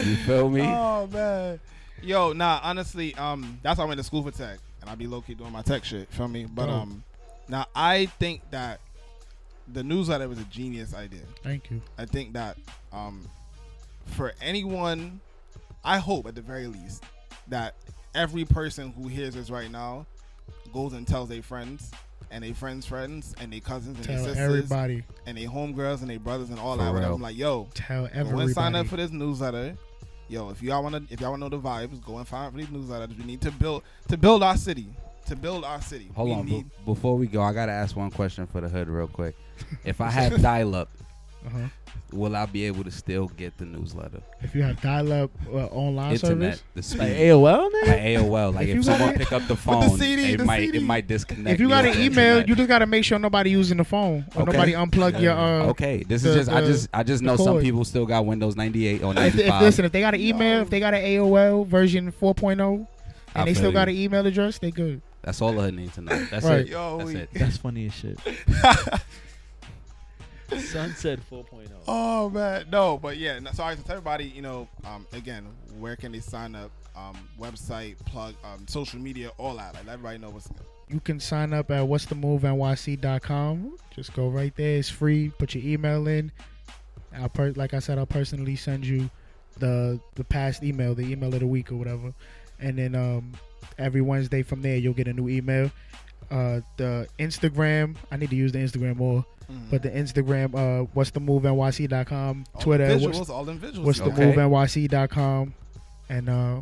[SPEAKER 3] you feel me?
[SPEAKER 2] Oh man. Yo, nah. Honestly, um, that's why I went to school for tech, and I be low key doing my tech shit. Feel me? But
[SPEAKER 4] Dope.
[SPEAKER 2] um, now I think that the newsletter was a genius idea.
[SPEAKER 4] Thank you.
[SPEAKER 2] I think that um, for anyone, I hope at the very least that every person who hears this right now goes and tells their friends and their friends' friends and their cousins and
[SPEAKER 4] Tell
[SPEAKER 2] their sisters
[SPEAKER 4] everybody.
[SPEAKER 2] and their homegirls and their brothers and all
[SPEAKER 3] For
[SPEAKER 2] that.
[SPEAKER 3] real.
[SPEAKER 2] Whatever. I'm like, yo,
[SPEAKER 4] Tell
[SPEAKER 2] go
[SPEAKER 4] everybody.
[SPEAKER 2] and sign up for this newsletter. Yo, if y'all wanna if y'all wanna know the vibes, go and sign up for these newsletters. We need to build to build our city. To build our city.
[SPEAKER 3] Hold
[SPEAKER 2] we
[SPEAKER 3] on.
[SPEAKER 2] Need,
[SPEAKER 3] be- before we go, I gotta ask one question for the hood real
[SPEAKER 4] *laughs*
[SPEAKER 3] quick. If I have dial up,
[SPEAKER 4] uh-huh.
[SPEAKER 3] will I be able to still get the newsletter?
[SPEAKER 4] If you have dial-up uh, online
[SPEAKER 3] Internet,
[SPEAKER 4] service.
[SPEAKER 3] the
[SPEAKER 1] like
[SPEAKER 3] speed.
[SPEAKER 1] AOL,
[SPEAKER 3] Like
[SPEAKER 1] man.
[SPEAKER 3] AOL, like
[SPEAKER 4] If
[SPEAKER 3] if,
[SPEAKER 4] you got
[SPEAKER 3] someone
[SPEAKER 4] it- *laughs*
[SPEAKER 3] pick up the phone,
[SPEAKER 2] CD,
[SPEAKER 3] it
[SPEAKER 2] the
[SPEAKER 3] might
[SPEAKER 2] CD.
[SPEAKER 3] it might disconnect.
[SPEAKER 4] If you
[SPEAKER 3] me
[SPEAKER 4] got
[SPEAKER 3] with
[SPEAKER 4] an
[SPEAKER 3] the
[SPEAKER 4] email,
[SPEAKER 3] internet.
[SPEAKER 4] you just gotta make sure nobody using the phone or
[SPEAKER 3] Okay.
[SPEAKER 4] nobody unplug your. Uh,
[SPEAKER 3] okay, this
[SPEAKER 4] the-
[SPEAKER 3] is just I
[SPEAKER 4] the-
[SPEAKER 3] just I just
[SPEAKER 4] the
[SPEAKER 3] know some
[SPEAKER 4] cord.
[SPEAKER 3] people still got Windows 98 *laughs* or
[SPEAKER 4] If,
[SPEAKER 3] 95.
[SPEAKER 4] if listen, if they got an email, if they got an AOL version 4.0, and
[SPEAKER 3] I
[SPEAKER 4] they
[SPEAKER 3] feel
[SPEAKER 4] still got
[SPEAKER 3] you.
[SPEAKER 4] an email address, they good.
[SPEAKER 3] That's all I need to know. That's
[SPEAKER 4] Right.
[SPEAKER 3] it.
[SPEAKER 2] Yo,
[SPEAKER 3] That's
[SPEAKER 2] we-
[SPEAKER 3] it.
[SPEAKER 1] That's funny as shit. Sunset 4.0.
[SPEAKER 2] Oh man, no, but yeah. no- Sorry to tell everybody. You know, um, again, where can they sign up? Um, website, plug, um, social media, all that. Like let everybody know what's.
[SPEAKER 4] You can sign up at what's the move nyc.com. Just go right there. It's free. Put your email in. I'll per- like I said, I'll personally send you the the past email, the email of the week or whatever. And then um, every Wednesday from there, you'll get a new email. Uh, the Instagram, I need to use the Instagram more,
[SPEAKER 2] Mm.
[SPEAKER 4] but the Instagram, uh, what's the move nyc.com,
[SPEAKER 2] All
[SPEAKER 4] Twitter,
[SPEAKER 2] the
[SPEAKER 4] what's
[SPEAKER 2] visuals, all them visuals.
[SPEAKER 4] What's
[SPEAKER 3] Okay.
[SPEAKER 4] the move NYC.com. And uh,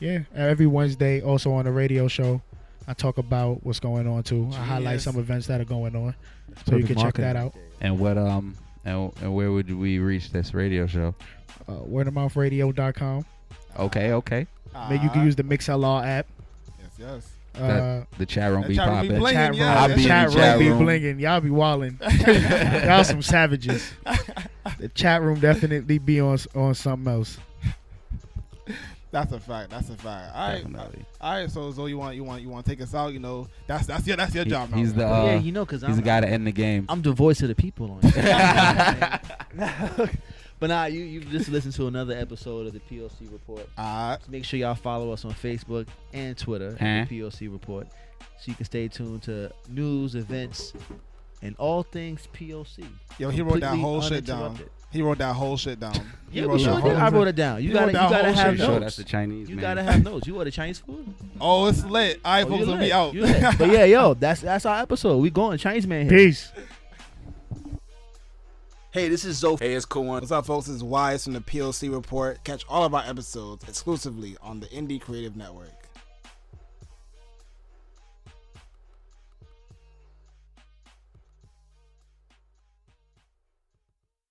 [SPEAKER 4] yeah, every Wednesday, also on the radio show, I talk about what's going on too. I highlight
[SPEAKER 2] Genius.
[SPEAKER 4] some events that are going on. So you can check that out.
[SPEAKER 3] *laughs* And what um and, and where would we reach this radio show?
[SPEAKER 4] Uh, wordofmouthradio.com.
[SPEAKER 3] Okay, okay.
[SPEAKER 2] Ah,
[SPEAKER 4] Maybe you can use the MixLR app.
[SPEAKER 2] Yes, yes.
[SPEAKER 4] Uh,
[SPEAKER 3] The chat room
[SPEAKER 2] That
[SPEAKER 3] be
[SPEAKER 2] chat room be
[SPEAKER 3] popping.
[SPEAKER 2] blinging,
[SPEAKER 4] chat room,
[SPEAKER 2] yeah,
[SPEAKER 3] I'll be in the
[SPEAKER 4] chat room
[SPEAKER 3] chat
[SPEAKER 4] be
[SPEAKER 3] room.
[SPEAKER 4] blinging. Y'all be walling.
[SPEAKER 3] *laughs*
[SPEAKER 4] Y'all some savages. The chat room definitely be on on something else.
[SPEAKER 2] *laughs* That's a fact. That's a fact. All right,
[SPEAKER 3] Definitely.
[SPEAKER 2] all right. So Zoe, you want you want you want to take us out? You know, that's that's your that's your
[SPEAKER 3] He-
[SPEAKER 2] job. now,
[SPEAKER 3] he's
[SPEAKER 2] man.
[SPEAKER 3] the
[SPEAKER 1] Well, yeah,
[SPEAKER 3] uh,
[SPEAKER 1] you know, because
[SPEAKER 3] he's
[SPEAKER 1] I'm,
[SPEAKER 3] the guy to end the game. *laughs*
[SPEAKER 1] I'm the voice of the people on it. *laughs* but nah, you, you just listened to another episode of the PLC Report.
[SPEAKER 2] All right.
[SPEAKER 1] Make sure y'all follow us on Facebook and Twitter
[SPEAKER 3] Huh?
[SPEAKER 1] at the PLC Report so you can stay tuned to news, events, and all things PLC.
[SPEAKER 2] Yo, he wrote that
[SPEAKER 1] Completely
[SPEAKER 2] whole shit down.
[SPEAKER 1] uninterrupted.
[SPEAKER 2] He wrote that whole shit down.
[SPEAKER 1] *laughs*
[SPEAKER 2] He
[SPEAKER 1] Yeah,
[SPEAKER 2] wrote
[SPEAKER 1] we
[SPEAKER 2] that
[SPEAKER 1] sure
[SPEAKER 2] whole
[SPEAKER 1] did. I
[SPEAKER 2] shit.
[SPEAKER 1] wrote it down. You
[SPEAKER 2] You
[SPEAKER 1] gotta,
[SPEAKER 2] wrote
[SPEAKER 1] you
[SPEAKER 2] that
[SPEAKER 1] gotta
[SPEAKER 2] whole
[SPEAKER 1] have
[SPEAKER 2] shit.
[SPEAKER 1] notes.
[SPEAKER 3] sure that's the Chinese
[SPEAKER 1] you
[SPEAKER 3] man.
[SPEAKER 1] gotta have notes. You order Chinese food?
[SPEAKER 2] Oh, it's lit. All right,
[SPEAKER 1] Oh,
[SPEAKER 2] folks,
[SPEAKER 1] you
[SPEAKER 2] we'll be
[SPEAKER 1] lit.
[SPEAKER 2] out.
[SPEAKER 1] You
[SPEAKER 2] *laughs*
[SPEAKER 1] lit. but yeah, yo, that's that's our episode. We going Chinese man. Here.
[SPEAKER 4] Peace.
[SPEAKER 7] Hey, this is Zoe.
[SPEAKER 5] Hey, it's cool one.
[SPEAKER 2] What's up, folks? It's Wise from the PLC Report. Catch all of our episodes exclusively on the Indie Creative Network.